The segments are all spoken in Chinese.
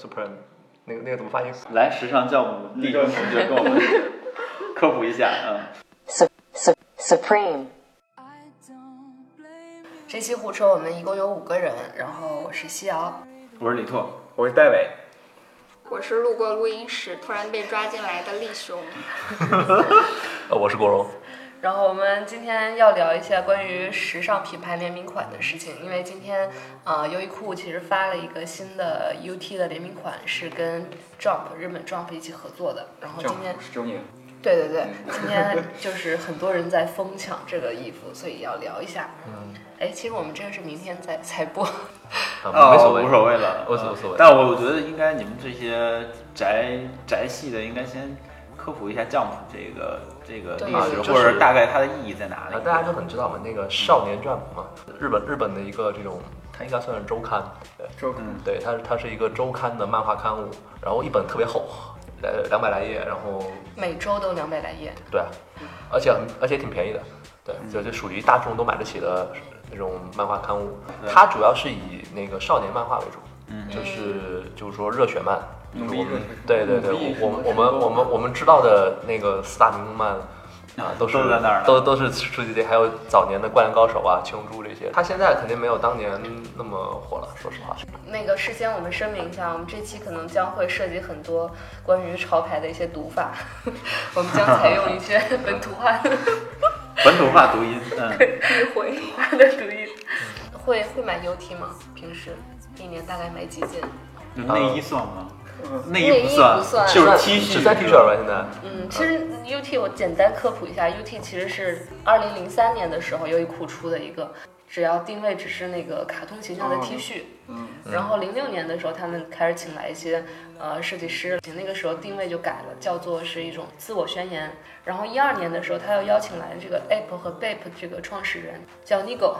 Supreme 那个那个怎么发音？来，时尚教母第一个同学跟我们科普一下，嗯， Su- Supreme. 这期胡扯我们一共有五个人，然后我是西瑶，我是李拓，我是戴伟，我是路过录音室突然被抓进来的立雄，呃，我是国荣。然后我们今天要聊一下关于时尚品牌联名款的事情，因为今天呃优衣库其实发了一个新的 UT 的联名款，是跟 Jump 日本 Jump 一起合作的，然后今天十周年，嗯对对对，今天就是很多人在疯抢这个衣服，所以要聊一下。嗯，哎，其实我们这个是明天再才播，啊，没所谓，哦无所谓了，无嗯所无所谓。但我我觉得应该你们这些宅宅系的，应该先科普一下 Jump 这个这个对历啊史，就是或者大概它的意义在哪啊里。大家都很知道嘛，那个少年 Jump 嘛，日本日本的一个这种，它应该算是周刊，对周嗯对，它是它是一个周刊的漫画刊物，然后一本特别厚，来两百来页，然后每周都两百来页。对啊，而且很而且挺便宜的，对，就就属于大众都买得起的那种漫画刊物。对它主要是以那个少年漫画为主，嗯就是就是说热血漫，就努是力我热们血对对对，努力我我们我什么们我们我们知道的那个四大名著漫。啊，都是都在那儿呢都都是世界第一，还有早年的《灌篮高手》啊，《七龙珠》这些。它现在肯定没有当年那么火了，说实话。那个事先我们声明一下，我们这期可能将会涉及很多关于潮牌的一些读法， 我们将采用一些 本土化的本土化读音，嗯，一回读音。会会买 UT 吗？平时一年大概买几件？就内衣算吗？内内衣衣不算就算是 T 恤，只算 T 恤吧，现嗯在。嗯，其实 UT 我简单科普一下，UT 其实是二零零三年的时候优衣库出的一个，只要定位只是那个卡通形象的哦 T 恤。嗯，然后零六年的时候，他们开始请来一些呃设计师，那个时候定位就改了，叫做是一种自我宣言。然后一二年的时候，他又邀请来这个 App 和 Bape 这个创始人叫 Nigo，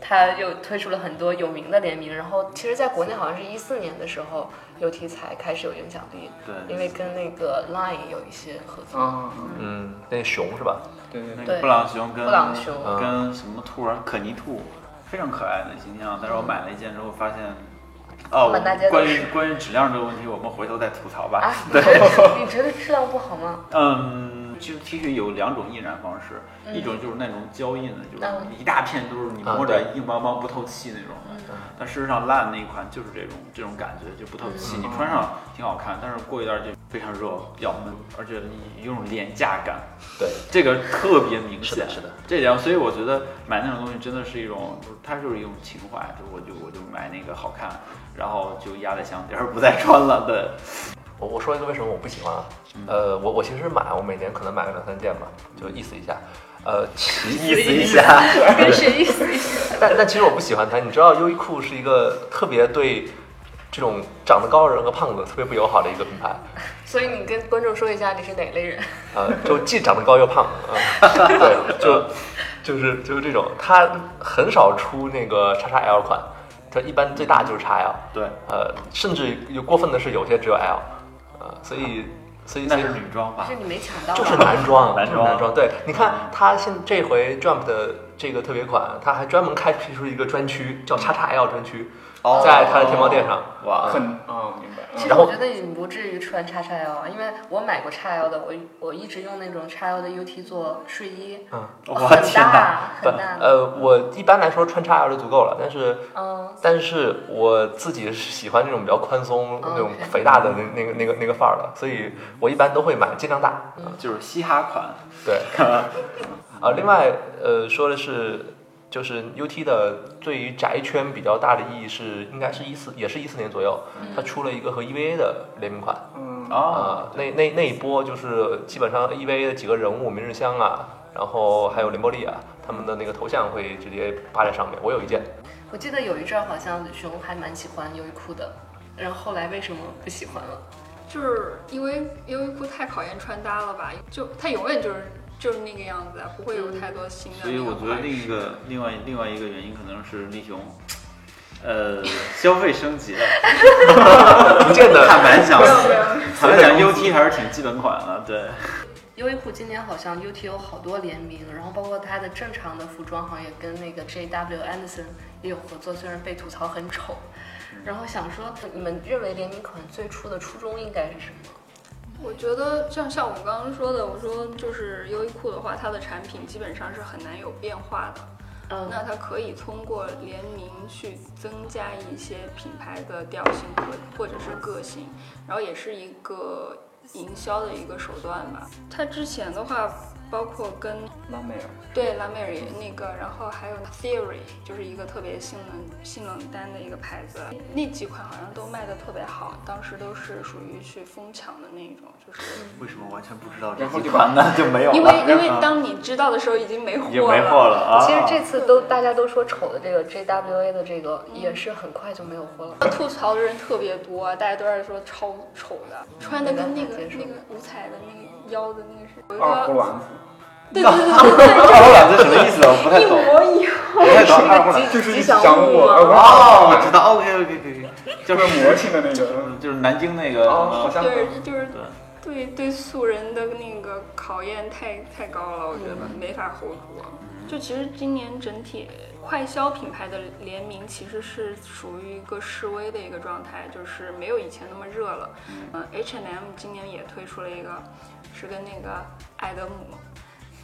他又推出了很多有名的联名。然后其实在国内好像是一四年的时候，有题材开始有影响力，对，因为跟那个 Line 有一些合作。啊，嗯，那熊是吧？对对那对，个布朗熊跟布朗熊跟什么兔儿可妮兔，非常可爱的形象。但是我买了一件之后发现，哦满大街，都关于是关于质量这个问题，我们回头再吐槽吧。啊，对，你觉得质量不好吗？嗯，其实 T 恤有两种印染方式，一种就是那种胶印的，就是嗯一大片都是你摸啊着硬邦邦不透气那种的。但事实上烂的那一款就是这种这种感觉，就不透气。你穿上挺好看，但是过一段就非常热，比较闷，而且有种廉价感。对，这个特别明是显的，是的。这点，所以我觉得买那种东西真的是一种，就是它就是一种情怀，就我就我就买那个好看，然后就压在箱底儿不再穿了。对，我我说一个为什么我不喜欢啊？嗯呃，我我其实买，我每年可能买个两三件吧，就意思一下。呃，其意思一下， 跟谁意思一下？但但其实我不喜欢它。你知道，优衣库是一个特别对这种长得高的人和胖子特别不友好的一个品牌。所以你跟观众说一下你是哪类人？呃，就既长得高又胖，啊，对，就就是就是这种。它很少出那个叉叉 L 款，它一般最大就是叉 L。对，呃，甚至有过分的是，有些只有 L。呃，所以所以那那是女装吧是？你没抢到吧，啊就是男装，男就是男装装。对，你看他现这回 Jump 的这个特别款，他还专门开辟出一个专区，叫叉叉 L 专区，在他的天猫店上。哦哇，很啊，明白，其嗯实我觉得你不至于穿叉叉腰啊，因为我买过叉腰的，我我一直用那种叉腰的 UT 做睡衣，嗯，我很天哪！大不很，大，呃，我一般来说穿叉 L 就足够了，但是嗯，但是我自己是喜欢这种比较宽松、那种 OK 肥大的那那个那个那个范儿的，所以我一般都会买尽量大。嗯就是嘻哈款， 对，啊，另外呃说的是，就是 UT 的对于宅圈比较大的意义是，应该是一四也是一四年左右，它出了一个和 EVA 的联名款嗯，哦啊、，那那那一波就是基本上 EVA 的几个人物，明日香啊，然后还有林波丽啊，他们的那个头像会直接扒在上面，我有一件。我记得有一阵儿好像熊还蛮喜欢优衣库的，然后后来为什么不喜欢了？就是因为优衣库太考验穿搭了吧，就它永远就是就是那个样子啊，不会有太多新的所那以种我款式。觉得另一个另外另外一个原因可能是立雄， 呃，消费升级了。不见得坦白讲没，有没有，坦白讲，UT 还是挺基本款的，对。优衣库今年好像 UT 有好多联名，然后包括它的正常的服装行业跟那个 JW Anderson 也有合作，虽然被吐槽很丑，然后想说，嗯你们认为联名款最初的初衷应该是什么？我觉得像像我刚刚说的，我说就是优衣库的话，它的产品基本上是很难有变化的。那它可以通过联名去增加一些品牌的调性和或者是个性，然后也是一个营销的一个手段吧。它之前的话，包括跟拉美尔，对拉美瑞那个，然后还有 Theory，就是一个特别性冷性冷淡的一个牌子，那几款好像都卖的特别好，当时都是属于去疯抢的那一种，就是为什么完全不知道这然后几就款呢？就没有了，因为因 为啊当你知道的时候已经没货已经没货了啊。其实这次都大家都说丑的这个 JWA 的这个也是很快就没有货了。吐槽的人特别多，大家都在说超丑的，穿的跟那个那个五彩的那个腰的那个是，我二就胡说卵子，对对对二胡卵子什么意思？啊我不太对，一懂。模一样。不太懂二胡卵子。就是吉一祥祥物物，吗呃哦，我知道。OK OK OK，就就是是魔性的那个，嗯就是南京那个哦，好呃像对，就是对对对素人的那个考验太太高了，我觉得没法啊 hold 住。就其实今年整体快消品牌的联名其实是属于一个示威的一个状态，就是没有以前那么热了。嗯，H&M 今年也推出了一个，是跟那个艾德姆。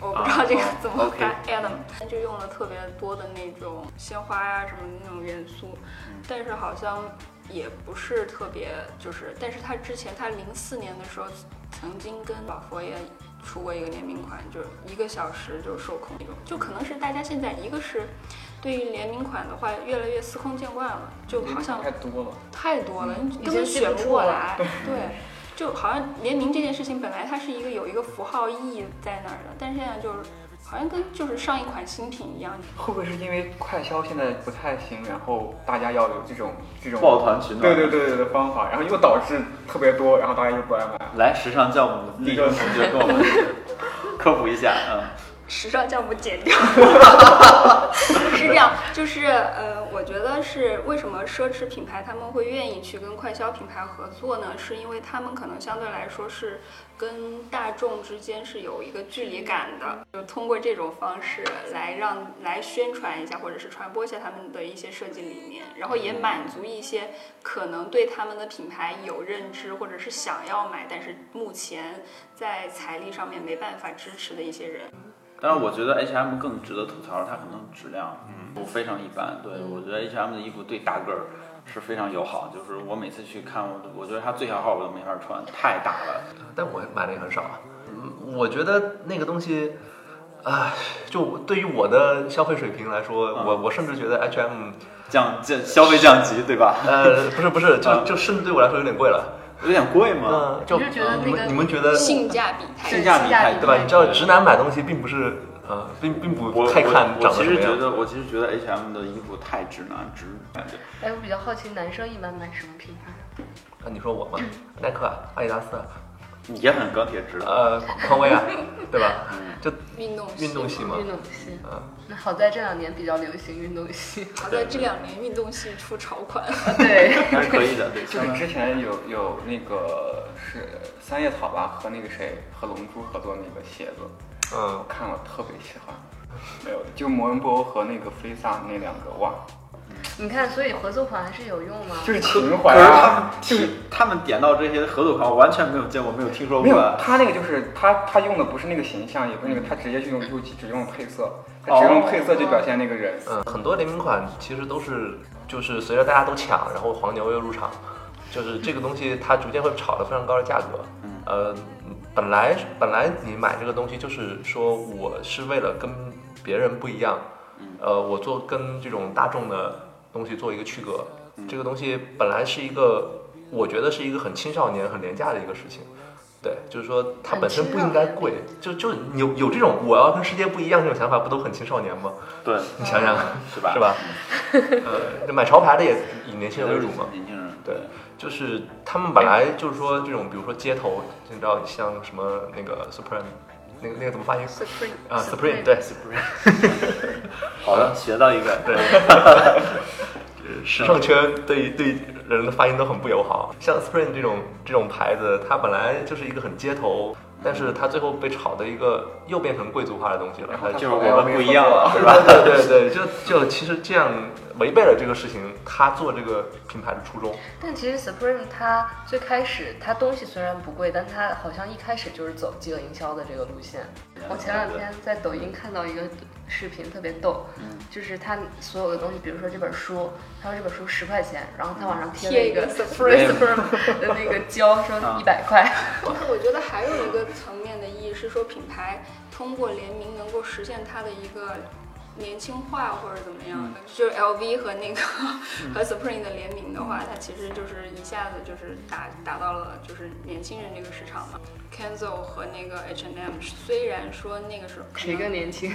我不知道这个怎么，OK 发 a d a m 就用了特别多的那种鲜花呀、什么的那种元素，但是好像也不是特别，就是，但是他之前他零四年的时候曾经跟宝佛爷出过一个联名款，就是一个小时就售空那种，就可能是大家现在一个是对于联名款的话越来越司空见惯了，就好像太多了。嗯太多了，你已根经本记选不不住过了来。对，就好像联名这件事情本来它是一个有一个符号意义在那儿的，但现在就是好像跟就是上一款新品一样，会不会是因为快消现在不太行，然后大家要有这种这种抱团取暖对对对对的方法，然后又导致特别多，然后大家又不爱买。来时尚教母李同学跟我们 科普一下，嗯，时尚酵母减掉， 是这样，就是呃，我觉得是为什么奢侈品牌他们会愿意去跟快消品牌合作呢？是因为他们可能相对来说是跟大众之间是有一个距离感的，就通过这种方式来让来宣传一下，或者是传播一下他们的一些设计理念，然后也满足一些可能对他们的品牌有认知或者是想要买，但是目前在财力上面没办法支持的一些人。但是我觉得 H&M 更值得吐槽，它可能质量嗯非常一般。对我觉得 H&M 的衣服对大个儿是非常友好，就是我每次去看，我我觉得它最小号我都没法穿，太大了。但我买的也很少啊。嗯我觉得那个东西，啊，就对于我的消费水平来说，嗯我我甚至觉得 H&M，降降消费降级对吧？呃，不是不是，就嗯就甚至对我来说有点贵了。有点贵吗？嗯，就你就觉得你那个们你们觉得性价比太性价比太对吧？你知道对直男买东西并不是呃，并并不嗯我太看我我长得其什么实觉样。得，我其实觉得 H&M 的衣服太直男直感觉。哎，我比较好奇，男生一般买什么品牌？啊，你说我吗？耐克、啊、阿迪达斯、啊，你也很钢铁直男，呃，匡威 啊，对吧？嗯就运动运动系嘛。运动系。啊那好在这两年比较流行运动 系。好在这两年运动系出潮款，对，还是可以的。对，就是之前有有那个是三叶草吧，和那个谁和龙珠合作那个鞋子，嗯我，看了特别喜欢。没有，就摩恩波和那个弗利萨那两个，哇，你看，所以合作款还是有用吗？就是情可怀是他们啊，就提是他们点到这些合作款，我完全没有见过，没有听说没过。有他那个就是他他用的不是那个形象，也不是那个，他直接就用就只用配色，他只哦用配色就表现那个人。嗯，很多联名款其实都是就是随着大家都抢，然后黄牛又入场，就是这个东西它逐渐会炒到非常高的价格。嗯呃，本来本来你买这个东西就是说我是为了跟别人不一样，嗯呃，我做跟这种大众的东西做一个区隔。嗯这个东西本来是一个，我觉得是一个很青少年、很廉价的一个事情。对，就是说它很本身青不少应该年贵，就就有有这种我要跟世界不一样这种想法，不都很青少年吗？对，你想想，是吧？是？吧？呃，那买潮牌的也以年轻人为主嘛，年轻人对，就是他们本来就是说这种，比如说街头，你知道像什么那个 Supreme，那个那个怎么发音 Supreme 啊 Supreme ？Supreme 对好的，学到一个。对，呃时尚圈对对人的发音都很不友好。像 Supreme 这种这种牌子，它本来就是一个很街头。但是它最后被炒的一个又变成贵族化的东西了，它就是我们不一样了，是吧？对 对对，就就其实这样违背了这个事情，他做这个品牌的初衷。但其实 Supreme 它最开始它东西虽然不贵，但它好像一开始就是走饥饿营销的这个路线。我前两天在抖音看到一个视频，特别逗，嗯就是它所有的东西，比如说这本书，他说这本书十块钱，然后他往上贴了一个 Supreme Supreme 的那个胶，啊说一百块。我觉得还有一个层面的意义是说，品牌通过联名能够实现它的一个年轻化或者怎么样，就是 LV 和那个 和 Supreme 的联名的话，它其实就是一下子就是打打到了就是年轻人这个市场嘛。Kenzo 和那个 H&M 虽然说那个时候可谁能更年轻？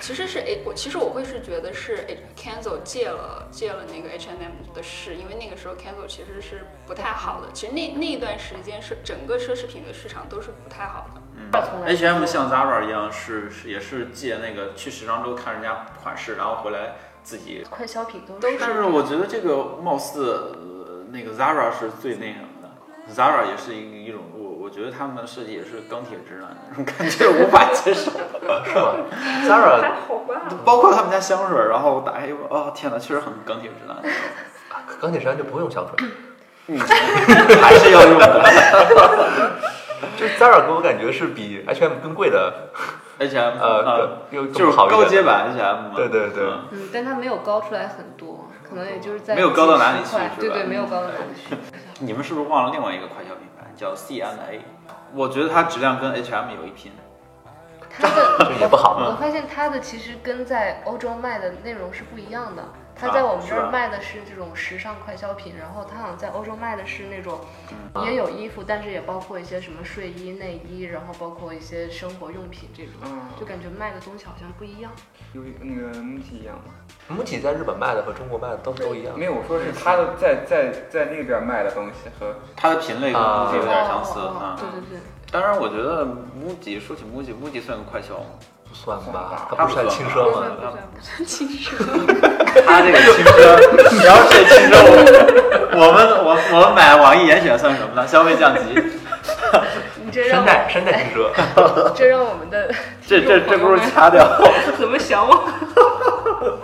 其实是 H，我其实我会是觉得是 H Kenzo 借了借了那个 H&M 的事，因为那个时候 Kenzo 其实是不太好的，其实那那一段时间是整个奢侈品的市场都是不太好的。从来 H&M 像 Zara 一样是是也是借那个去时装周看人家款式，然后回来自己。快消品都但是我觉得这个貌似、呃那个 Zara 是最那什么的，Zara 也是一一种我我觉得他们的设计也是钢铁直男那种感觉，无法接 受。是吧？Zara 好吧，包括他们家香水，然后我打开一闻，哦天哪，确实很钢铁直男，钢铁直男就不会用香水， 还是要用的。就 Zara 给我感觉是比 H&M 更贵的， H&M 呃，更又就更是好一点高阶版 H&M 嘛。对对对嗯嗯，但它没有高出来很多，可能也就是在没有高到哪里去10块是吧对对，没有高到哪里去。 你们是不是忘了另外一个快消品牌叫 C&A？我觉得它质量跟 H&M 有一拼。它的也不好嘛嗯我发现它的其实跟在欧洲卖的内容是不一样的。它啊在我们这是儿吧卖的是这种时尚快消品，然后它好像在欧洲卖的是那种嗯也有衣服，但是也包括一些什么睡衣、内衣，然后包括一些生活用品这种，嗯，就感觉卖的东西好像不一样。有那个木器一样吗？母体在日本卖的和中国卖的都都一样没。有，我说是他的在在在那边卖的东西和它的品类跟 MUJI 有点相似哦哦哦啊。对对对。当然，我觉得 MUJI 说起 MUJI，MUJI 算个快消吗？不算算吧吧，它不是它很不轻算奢不算吗？不算不算轻奢。它这个轻 奢，你要这轻奢，我我们我我们买网易严选算什么呢？消费降级，你这让山我 寨山寨轻奢，这让我们的这这这不是掐掉？怎么想我？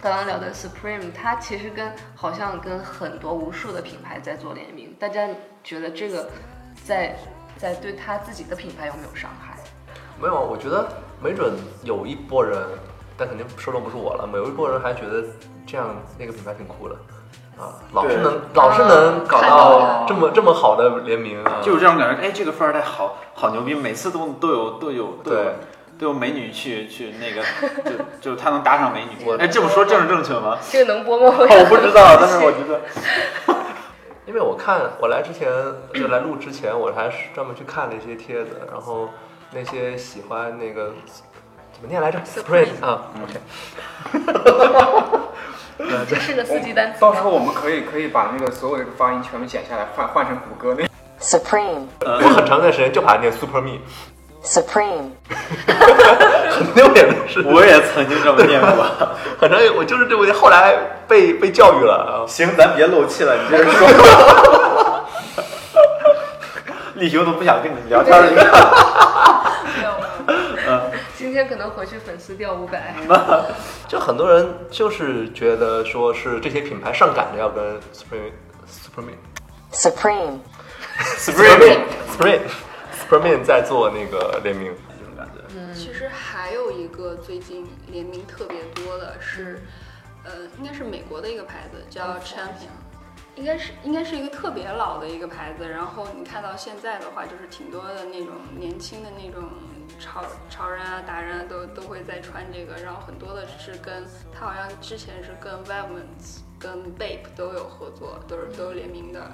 刚刚聊的 Supreme，它其实跟好像跟很多无数的品牌在做联名，大家觉得这个在在对他自己的品牌有没有伤害？没有，我觉得没准有一波人，但肯定受众不是我了，有一波人还觉得这样那个品牌挺酷的。啊，老是对啊能老是能搞看到了到这么这么好的联名啊！就是这种感觉，哎，这个富二代好好牛逼，每次都都有都有都有对都有美女去去那个，就就是他能搭上美女。哎，这么说正是正确吗？哦这个能播吗？ 我不知道，但是我觉得因为我看我来之前就来录之前，我还是专门去看了一些帖子，然后那些喜欢那个怎么念来着 Supreme ，Spring 啊，OK，这是个四级单词到时吗。候我们可以可以把那个所有的发音全部剪下来，换换成谷歌那 Supreme. 我啊很长一段时间就把它念 Super Me， Supreme. 很丢脸的是， 我也曾经这么念过。很长我就是这个问题，后来被被教育了啊。 行，咱别漏气了，你接着说。 立雄都不想跟你聊天了。没有没有。今天可能回去粉丝掉五百，就很多人就是觉得说是这些品牌上赶着要跟 Spring Superman Supreme. Spring Spring Superman 在做那个联名，这种感觉，其实还有一个最近联名特别多的嗯是，呃，应该是美国的一个牌子叫 Champion，应该是应该是一个特别老的一个牌子。然后你看到现在的话，就是挺多的那种年轻的那种潮潮人啊、达人啊，都都会在穿这个。然后很多的是跟他好像之前是跟 Vans、跟 Bape 都有合作，都是都有联名的。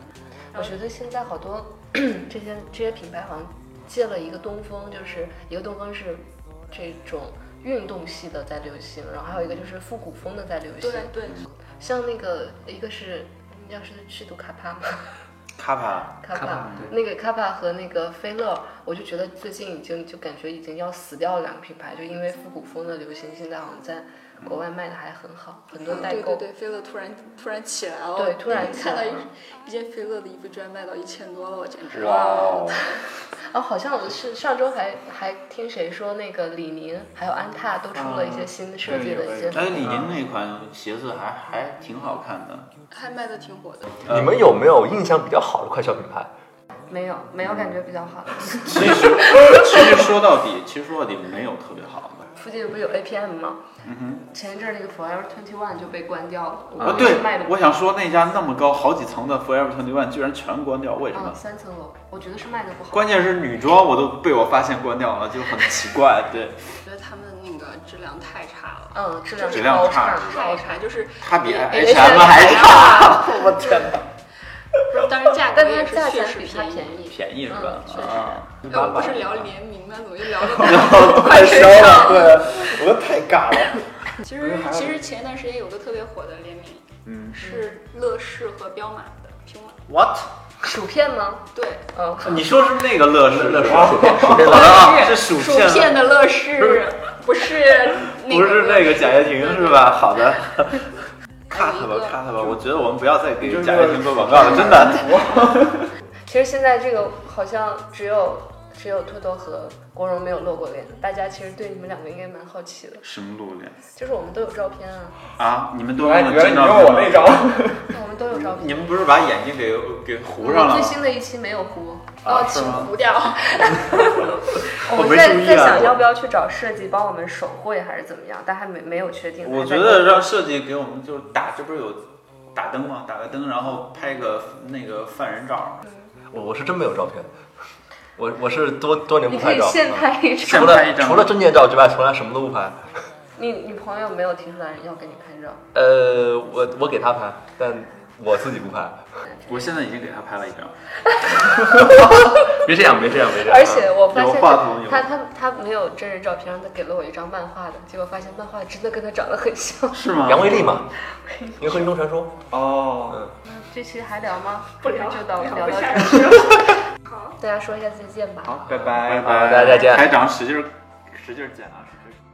我觉得现在好多 这些这些品牌好像借了一个东风，就是一个东风是这种运动系的在流行，然后还有一个就是复古风的在流行对。对，像那个一个是要是是读卡帕吗？卡帕卡帕那个卡帕和那个菲乐，我就觉得最近已经就感觉已经要死掉了两个品牌，就因为复古风的流行，现在好像在国外卖的还很好，很多代对对购。对，菲乐突然突然起来了，对突然起来 看到一了一件菲乐的衣服居然卖到一千多了，我简直哇哦，哦，好像我是上周还还听谁说那个李宁还有安踏都出了一些新设计的一些嗯对有。哎，李宁那款鞋子还还挺好看的，还卖的挺火的。你们有没有印象比较好的快消品牌？没有没有感觉比较好。所以说，其实说到底，其实说到底没有特别好的。附近不是有 APM 吗？前一阵儿那个 Forever Twenty One 就被关掉了，我啊，估计对是卖的，我想说那家那么高好几层的 Forever Twenty One 居然全关掉，为什么嗯，？三层楼，我觉得是卖的不好。关键是女装我都被我发现关掉了，就很奇怪。对，我觉得他们那个质量太差了，嗯，质量质量超差差太差，就是它比 H&M H&M 还差，我天哪！当然价格但也它是价确钱实比它便宜。便宜。便宜是吧？嗯确实啊，一哎，我般们不吧。是聊联名吗？怎么又聊 到太烧了，对，我都太尬了。其实其实前一段时间有个特别火的联名，嗯，是乐视和彪马的彪马， What？薯片吗？对，嗯，你说是那个乐视乐视薯片薯片好的，的啊，是薯薯片的，的 乐视，不是那不是那个贾跃亭是吧？好的。还 cut 有一吧个 cut 吧，我觉得我们不要再给就是贾跃亭做广告了，真的。其实现在这个好像只有只有兔豆和国荣没有露过脸，大家其实对你们两个应该蛮好奇的，什么露脸就是我们都有照片啊，啊？你们都原来用哎原来真你照用我那张，我们都有照片。你们不是把眼睛给给糊上我了最吗？新的一期没有糊，哦，啊是请吗？糊掉。我们没在注意在啊想我要不要去找设计帮我们手绘还是怎么样，但还没没有确嗯定。我还觉在得让设计给我们就是打，这不是有打灯吗？打个灯，然后拍个那个犯人照，我我是真没有照片，我我是多多年你不可拍以照，现拍一张。除啊现拍一了张除了证件照之外，从来什么都不拍。你你朋友没有提出来要给你拍照？呃，我我给他拍，但我自己不拍。我现在已经给他拍了一张，别这样，别这样，别这样。 而且我发有话筒现有他他他没有真人照片，他给了我一张漫画的，结果发现漫画真的跟他长得很像。是吗？杨威利嘛，银河英雄传说。哦，这期还聊吗？不聊，就到聊不到这下儿。去了。 大家说一下再见吧。好，拜拜拜大家再见台长使劲儿使劲儿剪啊，使劲儿剪。